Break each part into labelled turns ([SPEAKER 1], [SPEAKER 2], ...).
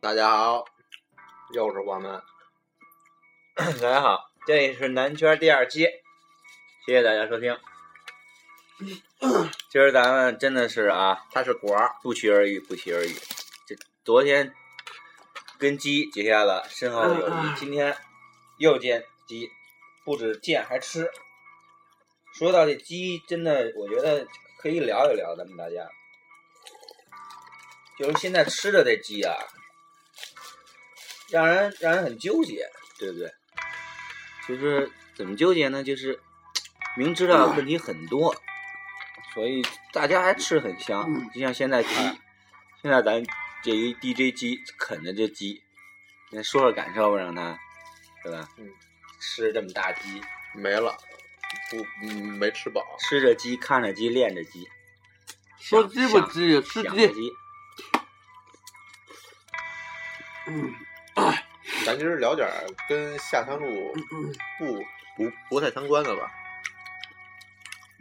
[SPEAKER 1] 大家好，又是我们。 大家好，这里是南圈第二期，谢谢大家收听。 今儿咱们真的是啊，它是果儿，不期而遇，不期而遇。这昨天跟鸡结下了深厚的友
[SPEAKER 2] 哎
[SPEAKER 1] 谊，今天又见鸡，不止见还吃。说到这鸡，真的我觉得可以聊一聊，咱们大家。就是现在吃的这鸡啊，让人让人很纠结，对不对？就是怎么纠结呢？就是明知道问题很多，所以大家还吃很香。就像现在鸡，现在咱这一 DJ 鸡啃的这鸡，那说说感受吧，让他，对吧？
[SPEAKER 2] 嗯。
[SPEAKER 1] 吃这么大鸡，
[SPEAKER 2] 没了，不，嗯没吃饱。
[SPEAKER 1] 吃着鸡，看着鸡，练着鸡，
[SPEAKER 3] 说
[SPEAKER 1] 想
[SPEAKER 3] 鸡不鸡，吃
[SPEAKER 1] 想想着
[SPEAKER 3] 鸡。
[SPEAKER 1] 鸡。
[SPEAKER 2] 咱今儿聊点儿跟下山路不不不太相关的吧。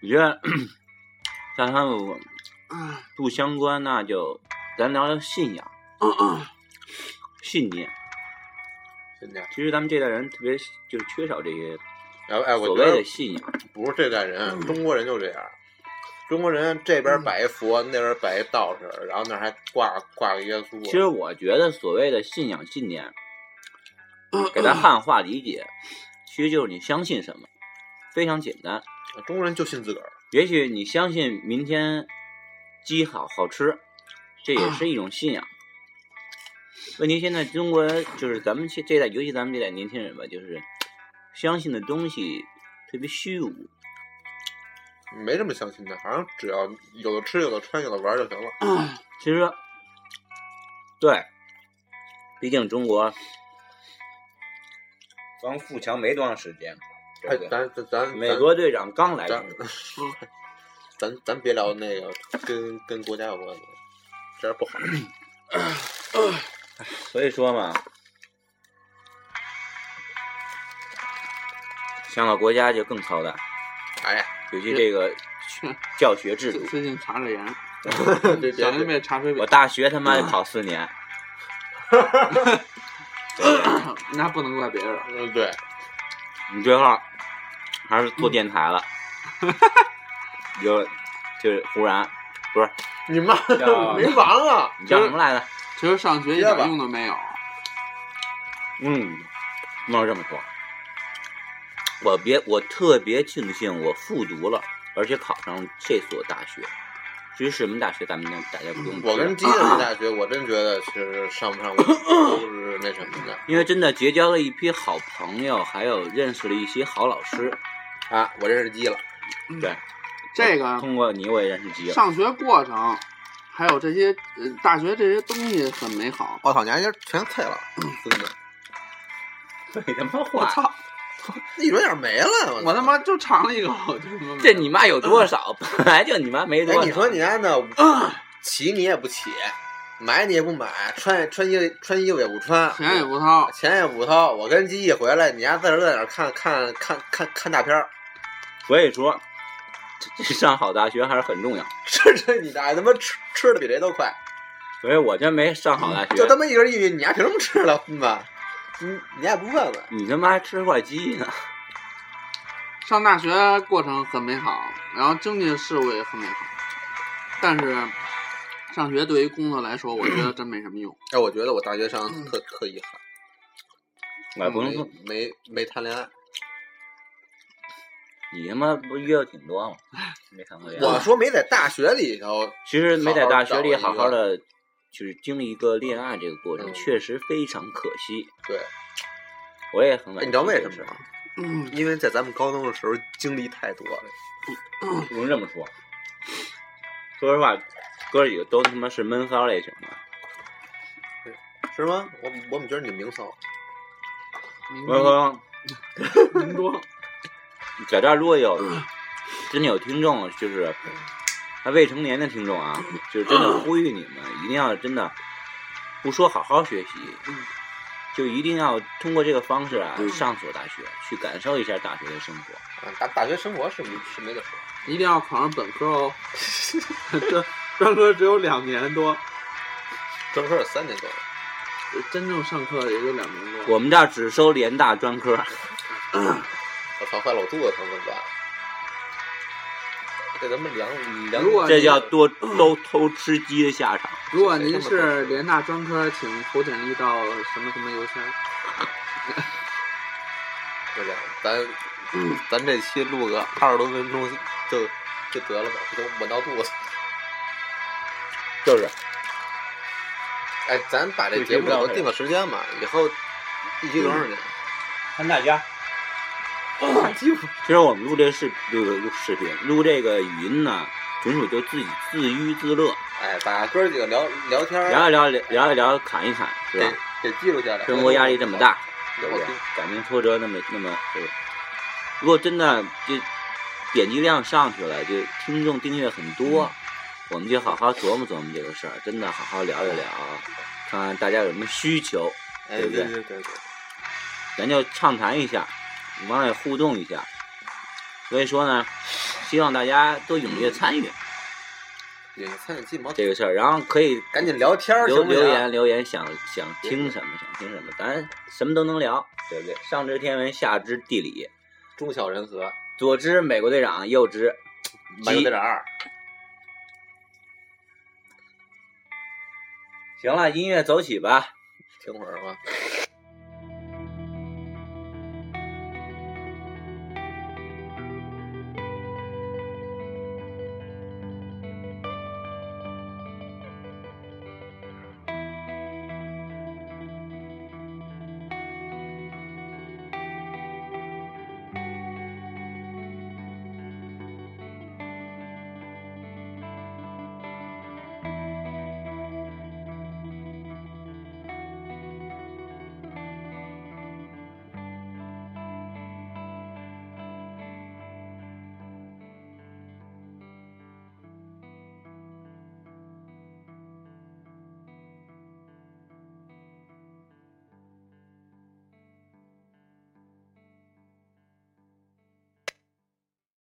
[SPEAKER 4] 我觉得像他们不相关，那就咱聊聊信仰、
[SPEAKER 3] 嗯
[SPEAKER 4] 信念。
[SPEAKER 2] 今天，
[SPEAKER 4] 其实咱们这代人特别就是缺少这些
[SPEAKER 2] 哎哎，我
[SPEAKER 4] 所
[SPEAKER 2] 觉
[SPEAKER 4] 谓的
[SPEAKER 2] 得
[SPEAKER 4] 信嗯仰。
[SPEAKER 2] 不是这代人，啊中国人就这样。中国人这
[SPEAKER 4] 嗯
[SPEAKER 2] 边摆一佛，那边摆一道士，然后那儿还挂挂个耶稣。啊
[SPEAKER 4] 其实我觉得所谓的信仰、信念，
[SPEAKER 3] 嗯
[SPEAKER 4] 给
[SPEAKER 2] 嗯
[SPEAKER 4] 咱汉化理解，其实就是你相信什么，非常简单。
[SPEAKER 2] 中国人就信自个儿。
[SPEAKER 4] 也许你相信明天鸡好好吃，这也是一种信仰。问题现在中国人就是咱们这这代，尤其咱们这代年轻人吧，就是相信的东西特别虚无。
[SPEAKER 2] 没这么相信的，好像只要有的吃，有的穿，有的玩就行了。
[SPEAKER 3] 嗯
[SPEAKER 4] 其实，对，毕竟中国
[SPEAKER 1] 刚富强没多长时间，对
[SPEAKER 2] 哎
[SPEAKER 1] 不，对？
[SPEAKER 2] 咱咱咱
[SPEAKER 4] 美国队长刚来
[SPEAKER 2] 咱
[SPEAKER 4] 中国，
[SPEAKER 2] 咱咱别聊那个跟跟国家有关的，这样不好。
[SPEAKER 4] 所以说嘛，香港国家就更操蛋，
[SPEAKER 2] 哎呀，
[SPEAKER 4] 尤其这个教学制 度
[SPEAKER 3] 最。最近查着严，
[SPEAKER 2] 别别
[SPEAKER 3] 小心
[SPEAKER 2] 别
[SPEAKER 3] 被查水
[SPEAKER 4] 我
[SPEAKER 3] 表。
[SPEAKER 4] 大学他妈也考四年，
[SPEAKER 3] 那不能怪别人。
[SPEAKER 2] 嗯，对，
[SPEAKER 4] 你最后还是做电 台了，就就是忽然
[SPEAKER 2] 你妈
[SPEAKER 1] 叫
[SPEAKER 2] 没完了。
[SPEAKER 4] 你叫什么来着？
[SPEAKER 3] 其实上学一点用都没有。
[SPEAKER 4] 嗯，不能这么说。我别，我特别庆幸我复读了，而且考上这所大学。至于什么大学，咱们大家不用知道。
[SPEAKER 2] 我跟鸡的那大学，我真觉得其实上不上我都是那什么的
[SPEAKER 4] 因为真的结交了一批好朋友，还有认识了一些好老师。
[SPEAKER 2] 啊。我认识鸡了，
[SPEAKER 3] 这个
[SPEAKER 4] 通过你我也认识基友。
[SPEAKER 3] 上学过程，还有这些呃大学这些东西很美好。
[SPEAKER 4] 哦
[SPEAKER 2] 我操，你还全菜了，真的，
[SPEAKER 4] 你他妈
[SPEAKER 3] 我
[SPEAKER 4] 话，
[SPEAKER 3] 操！
[SPEAKER 2] 那有点没了。
[SPEAKER 3] 我他妈就尝了一口，就他妈
[SPEAKER 4] 这你妈有多少？本来就你妈没多
[SPEAKER 2] 哎
[SPEAKER 4] 少。，
[SPEAKER 2] 你说你家那起你也不起，买你也不买，穿穿衣穿衣服也不穿，
[SPEAKER 3] 钱也不掏，
[SPEAKER 2] 钱也不掏。我跟鸡一回来，你家自个儿在那儿看看看看看大片儿，
[SPEAKER 4] 所以说，这这上好大学还是很重要。
[SPEAKER 2] 这这你大爷他妈吃吃的比谁都快，
[SPEAKER 4] 所以我真没上好大
[SPEAKER 2] 嗯就
[SPEAKER 4] 学，
[SPEAKER 2] 他妈一人一语，你家凭什么吃了，嗯吧？你你家也不问问。
[SPEAKER 4] 你他妈还吃块鸡呢？
[SPEAKER 3] 上大学过程很美好，然后经济事务也很美好，但是上学对于工作来说，我觉得真没什么用。
[SPEAKER 2] 哎，我觉得我大学上
[SPEAKER 3] 嗯
[SPEAKER 2] 特特遗憾，
[SPEAKER 4] 我
[SPEAKER 3] 哎
[SPEAKER 4] 也不能
[SPEAKER 2] 没
[SPEAKER 4] 说，
[SPEAKER 2] 没没谈恋爱。
[SPEAKER 4] 你他妈不是约的挺多吗？没谈过恋
[SPEAKER 2] 我
[SPEAKER 3] 啊
[SPEAKER 4] 爱。
[SPEAKER 2] 说没在大学里头，
[SPEAKER 4] 其实没在大学里
[SPEAKER 2] 好
[SPEAKER 4] 好
[SPEAKER 2] 好
[SPEAKER 4] 好
[SPEAKER 2] 找
[SPEAKER 4] 的，就是经历一个恋爱这个过程，
[SPEAKER 2] 嗯
[SPEAKER 4] 确实非常可惜。
[SPEAKER 2] 对，
[SPEAKER 4] 我也很惋惜。
[SPEAKER 2] 哎你知道为什么吗？
[SPEAKER 3] 嗯，
[SPEAKER 2] 因为在咱们高中的时候经历太多了。
[SPEAKER 4] 这个事儿？不能这么说。说实话，哥几个都他妈是闷骚类型的。
[SPEAKER 2] 是吗？我我怎么觉得你明骚？
[SPEAKER 3] 明
[SPEAKER 4] 我
[SPEAKER 3] 嗯
[SPEAKER 4] 说，
[SPEAKER 3] 明装，
[SPEAKER 4] 在这儿如果有真的有听众，就是还未成年的听众啊，就是真
[SPEAKER 3] 嗯
[SPEAKER 4] 的呼吁你们，一定要真的不说好好学习
[SPEAKER 3] 嗯，
[SPEAKER 4] 就一定要通过这个方式啊
[SPEAKER 3] 嗯
[SPEAKER 4] 上所大学，去感受一下大学的生活。
[SPEAKER 2] 啊，大大学生活是没是没得说。
[SPEAKER 3] 一定要考上本科哦。专专科只有两年多，
[SPEAKER 2] 专科是三年多，
[SPEAKER 3] 真正上课也就两年多。
[SPEAKER 4] 我们这儿只收联大专科，
[SPEAKER 2] 我操，坏老肚子疼怎么办？这咱们两两
[SPEAKER 3] 如果
[SPEAKER 4] 这叫多都偷吃鸡的下场。
[SPEAKER 3] 如果您是联大专科，请投简历到什么什么邮箱。
[SPEAKER 2] 就这样，咱
[SPEAKER 4] 嗯
[SPEAKER 2] 咱这期录个二十多分钟就就得了吧，都闻到肚子。
[SPEAKER 4] 就是
[SPEAKER 2] 哎，咱把这节目都定个时间吧，以后一期多长时间？
[SPEAKER 4] 看大家。其实我们录这个视录录视频，录这个语音呢，纯属就自己自娱自乐，
[SPEAKER 2] 哎，把哥儿几个聊聊天儿，
[SPEAKER 4] 聊一聊，聊一聊，侃一侃，是吧？
[SPEAKER 2] 给记录下来。
[SPEAKER 4] 生活压力这么大，
[SPEAKER 2] 对
[SPEAKER 4] 对不
[SPEAKER 2] 我
[SPEAKER 4] 对
[SPEAKER 2] 听？
[SPEAKER 4] 感情挫折那么那么，对吧如果真的就点击量上去了，就听众订阅很多，我们就好好琢磨琢磨这个事儿，真的好好聊一聊，看看大家有什么需求，
[SPEAKER 2] 哎，对
[SPEAKER 4] 对不对
[SPEAKER 2] 对对对，
[SPEAKER 4] 咱就畅谈一下，往外互动一下。所以说呢，希望大家都踊跃参与
[SPEAKER 2] 也参与鸡毛，
[SPEAKER 4] 这个事儿，然后可以
[SPEAKER 2] 赶紧聊天儿，
[SPEAKER 4] 留
[SPEAKER 2] 行不啊行
[SPEAKER 4] 留言留言，想想听什么想听什么，咱什么都能聊，对不对？上知天文，下知地理，
[SPEAKER 2] 中小人和，
[SPEAKER 4] 左知美国队长，右知
[SPEAKER 2] 百分之二，
[SPEAKER 4] 行了，音乐走起吧。
[SPEAKER 2] 听会儿吧。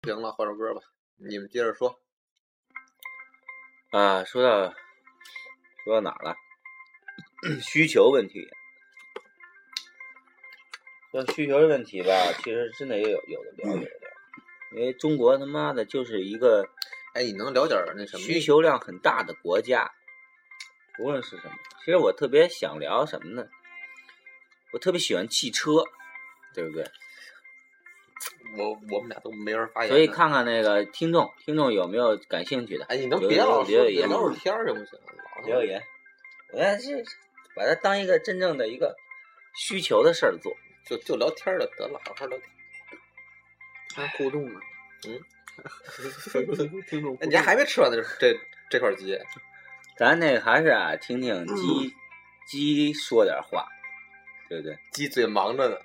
[SPEAKER 2] 行了，换首歌吧，你们接着说。
[SPEAKER 4] 啊，说到说到哪儿了？ 需求问题。说需求的问题吧，其实真的也有有的聊有的聊，因为中国他妈的就是一个
[SPEAKER 2] 哎，你能聊点儿那什么？
[SPEAKER 4] 需求量很大的国家，无论是什么。其实我特别想聊什么呢？我特别喜欢汽车，对不对？
[SPEAKER 2] 我我们俩都没人发言。
[SPEAKER 4] 所以，看看那个听众，听众有没有感兴趣的？
[SPEAKER 2] 哎，你能
[SPEAKER 4] 留
[SPEAKER 2] 别老说
[SPEAKER 4] 留
[SPEAKER 2] 别
[SPEAKER 4] 言
[SPEAKER 2] 聊会儿天儿行不行？
[SPEAKER 4] 留言，我要是把它当一个真正的一个需求的事儿做。
[SPEAKER 2] 就就聊天儿了，得了，好好聊天。
[SPEAKER 3] 还互动呢。
[SPEAKER 2] 嗯，
[SPEAKER 3] 听众互动，
[SPEAKER 2] 哎，你还没吃完呢，这这块鸡，
[SPEAKER 4] 咱那个还是啊，听听鸡、鸡说点话，对不对？
[SPEAKER 2] 鸡嘴忙着呢，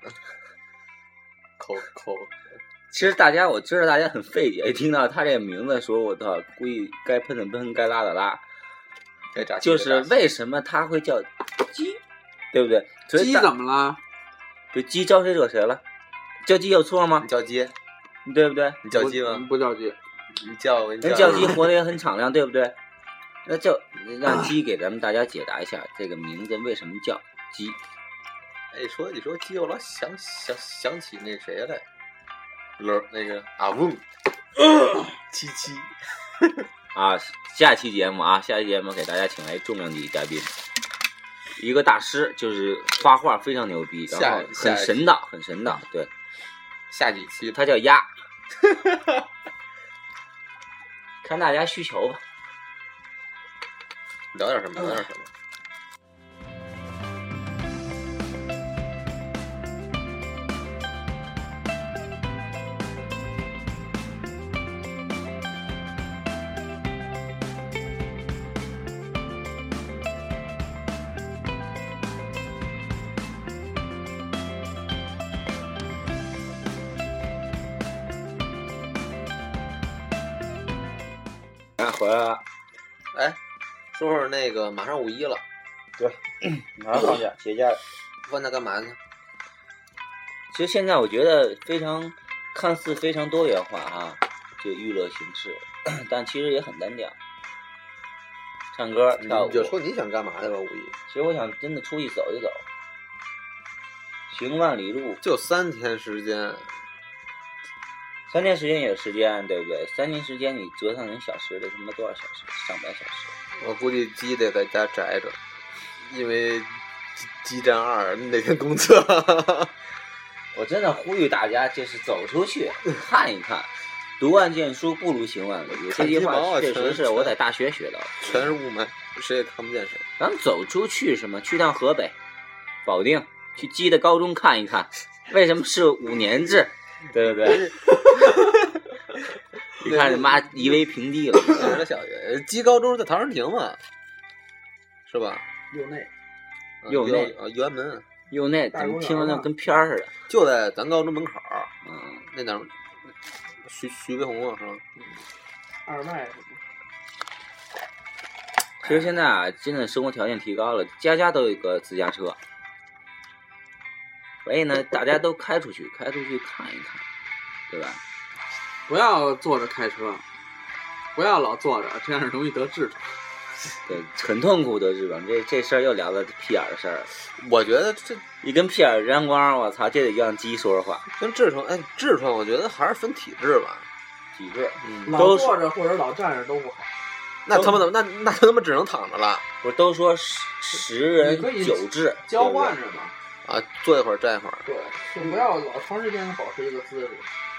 [SPEAKER 2] 口口
[SPEAKER 4] 其实大家我知道大家很费解，一听到他这个名字的时候，我操，估计该喷的喷，该拉的拉。
[SPEAKER 2] 该炸鸡
[SPEAKER 4] 就是
[SPEAKER 2] 该炸鸡
[SPEAKER 4] 为什么他会叫鸡，对不对？所以
[SPEAKER 3] 鸡
[SPEAKER 4] 大
[SPEAKER 3] 怎么了？
[SPEAKER 4] 就鸡招谁惹谁了？叫鸡有错吗
[SPEAKER 2] 你？叫鸡，
[SPEAKER 4] 对不对？
[SPEAKER 2] 你叫鸡吗？
[SPEAKER 3] 不叫鸡，
[SPEAKER 2] 你嗯叫我给你
[SPEAKER 4] 人 叫鸡活得也很敞亮，对不对？那叫
[SPEAKER 3] 啊
[SPEAKER 4] 让鸡给咱们大家解答一下这个名字为什么叫鸡。
[SPEAKER 2] 哎，说你说鸡，我老想想想起那谁来，罗那个阿翁，七七，
[SPEAKER 4] 啊，下期节目啊，下期节目给大家请来重量级嘉宾，一个大师，就是画画非常牛逼，然后
[SPEAKER 2] 下嗯
[SPEAKER 4] 很神道，很神道。对，
[SPEAKER 2] 下几期
[SPEAKER 4] 他叫鸭， 看大家需求吧。
[SPEAKER 2] 聊点什么？聊点什么？
[SPEAKER 4] 哎，回来了，
[SPEAKER 2] 哎，说说那个，马上五一了，
[SPEAKER 4] 马上放假，节假。
[SPEAKER 2] 放假干嘛去？
[SPEAKER 4] 其实现在我觉得非常，看似非常多元化啊，这娱乐形式，但其实也很单调。唱歌、跳舞
[SPEAKER 2] 你。就说你想干嘛去吧，五一
[SPEAKER 4] 其实我想真的出去走一走，行万里路，
[SPEAKER 2] 就三天时间，
[SPEAKER 4] 三天时间也有时间，对不对？三天时间你折腾人小时得他妈多少小时？上百小时。
[SPEAKER 2] 我估计鸡得在家宅着，因为鸡鸡战二那天公测，
[SPEAKER 4] 我真的呼吁大家，就是走出去看一看，读万卷书不如行万里路。这
[SPEAKER 2] 看
[SPEAKER 4] 句
[SPEAKER 2] 鸡毛
[SPEAKER 4] 话
[SPEAKER 2] 啊
[SPEAKER 4] 确
[SPEAKER 2] 全
[SPEAKER 4] 实是
[SPEAKER 2] 全
[SPEAKER 4] 我在大学学到的。
[SPEAKER 2] 全是雾霾，谁也看不见谁。
[SPEAKER 4] 咱们走出去什么？去趟河北、保定，去鸡的高中看一看，为什么是五年制？对不对？你看你妈夷为平地了。
[SPEAKER 2] 那是小学，鸡高中在陶然亭嘛，是吧？
[SPEAKER 3] 六内
[SPEAKER 2] 啊
[SPEAKER 4] 右内
[SPEAKER 2] 啊，辕门
[SPEAKER 4] 哟，那怎么听着那跟片儿似的？
[SPEAKER 2] 就在咱高中门口儿，
[SPEAKER 4] 嗯，
[SPEAKER 2] 那哪儿？徐徐悲鸿啊，是吧？
[SPEAKER 3] 二麦什
[SPEAKER 4] 其实现在啊，真的生活条件提高了，家家都有一个自驾车，所以呢，大家都开出去，开出去看一看，对吧？
[SPEAKER 3] 不要坐着开车，不要老坐着，这样容易得痔疮。
[SPEAKER 4] 对，很痛苦的日本，这这事儿又聊到屁眼儿的事儿了。
[SPEAKER 2] 我觉得这
[SPEAKER 4] 一跟屁眼儿沾光，我操，这得让鸡说说话。
[SPEAKER 2] 跟痔疮，哎，痔疮，我觉得还是分体质吧。
[SPEAKER 4] 体质，
[SPEAKER 2] 嗯，
[SPEAKER 3] 老
[SPEAKER 4] 都是
[SPEAKER 3] 坐着或者老站着都不好。
[SPEAKER 2] 那他妈怎么那那他妈只能躺着了
[SPEAKER 4] 不是都说十十
[SPEAKER 3] 你可以
[SPEAKER 4] 人九痔，
[SPEAKER 3] 交换着嘛，
[SPEAKER 2] 啊？坐一会儿站一会儿，
[SPEAKER 3] 对，就不要老长时间的保持一个姿势。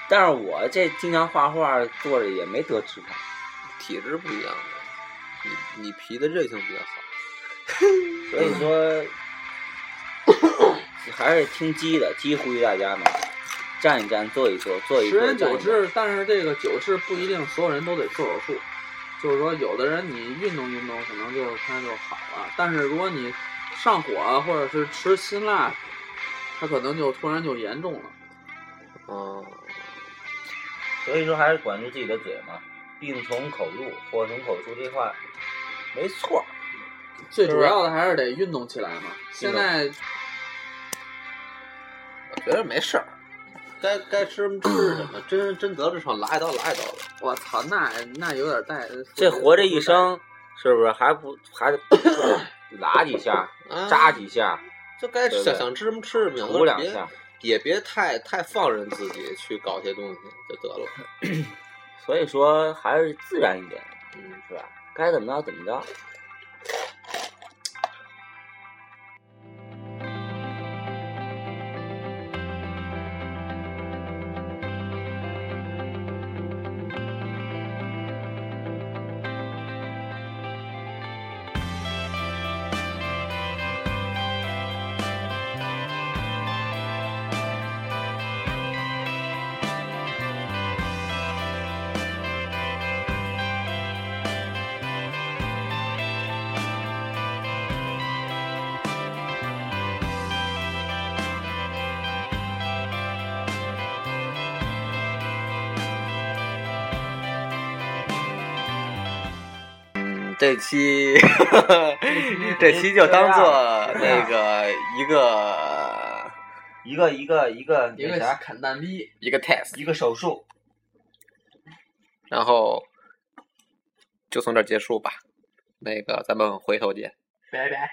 [SPEAKER 4] 但是我这经常画画坐着也没得痔疮，
[SPEAKER 2] 体质不一样你你皮的韧性比较好。
[SPEAKER 4] 所以 说还是听鸡的，鸡呼吁大家嘛，站一站，坐一坐，坐一
[SPEAKER 3] 十
[SPEAKER 4] 坐。
[SPEAKER 3] 人九
[SPEAKER 4] 站一站
[SPEAKER 3] 痔，但是这个九痔不一定所有人都得做手术，就是说有的人你运动运动可能就他就好了，但是如果你上火啊或者是吃辛辣，他可能就突然就严重了。
[SPEAKER 2] 嗯，
[SPEAKER 4] 所以说还是管住自己的嘴嘛，病从口入，祸从口出，这话没错儿。
[SPEAKER 3] 最
[SPEAKER 4] 啊
[SPEAKER 3] 主要的还是得运动起来嘛。现在
[SPEAKER 2] 我觉得没事儿，该该吃什么吃什么，真真得痔疮拉一刀拉一刀吧。
[SPEAKER 3] 我操，那那有点带
[SPEAKER 4] 这活着一，生，是不是还不还得 拉几下，
[SPEAKER 2] 啊，
[SPEAKER 4] 扎几下，
[SPEAKER 2] 就该
[SPEAKER 4] 对
[SPEAKER 2] 想
[SPEAKER 4] 对
[SPEAKER 2] 想吃什么吃什么，有
[SPEAKER 4] 涂
[SPEAKER 2] 的
[SPEAKER 4] 两
[SPEAKER 2] 别
[SPEAKER 4] 下？
[SPEAKER 2] 也别太太放任自己去搞些东西就得了。
[SPEAKER 4] 所以说还是自然一点，
[SPEAKER 2] 嗯，
[SPEAKER 4] 是吧？该怎么着怎么着。
[SPEAKER 2] 嗯这 期这期就当做那个一个
[SPEAKER 4] 一个一个一个
[SPEAKER 3] 啊一
[SPEAKER 4] 那
[SPEAKER 3] 个
[SPEAKER 4] 啥，
[SPEAKER 3] 砍蛋逼，
[SPEAKER 2] 一个 test，
[SPEAKER 4] 一个手术，
[SPEAKER 2] 然后就从这儿结束吧。那个咱们回头见。
[SPEAKER 3] 拜拜。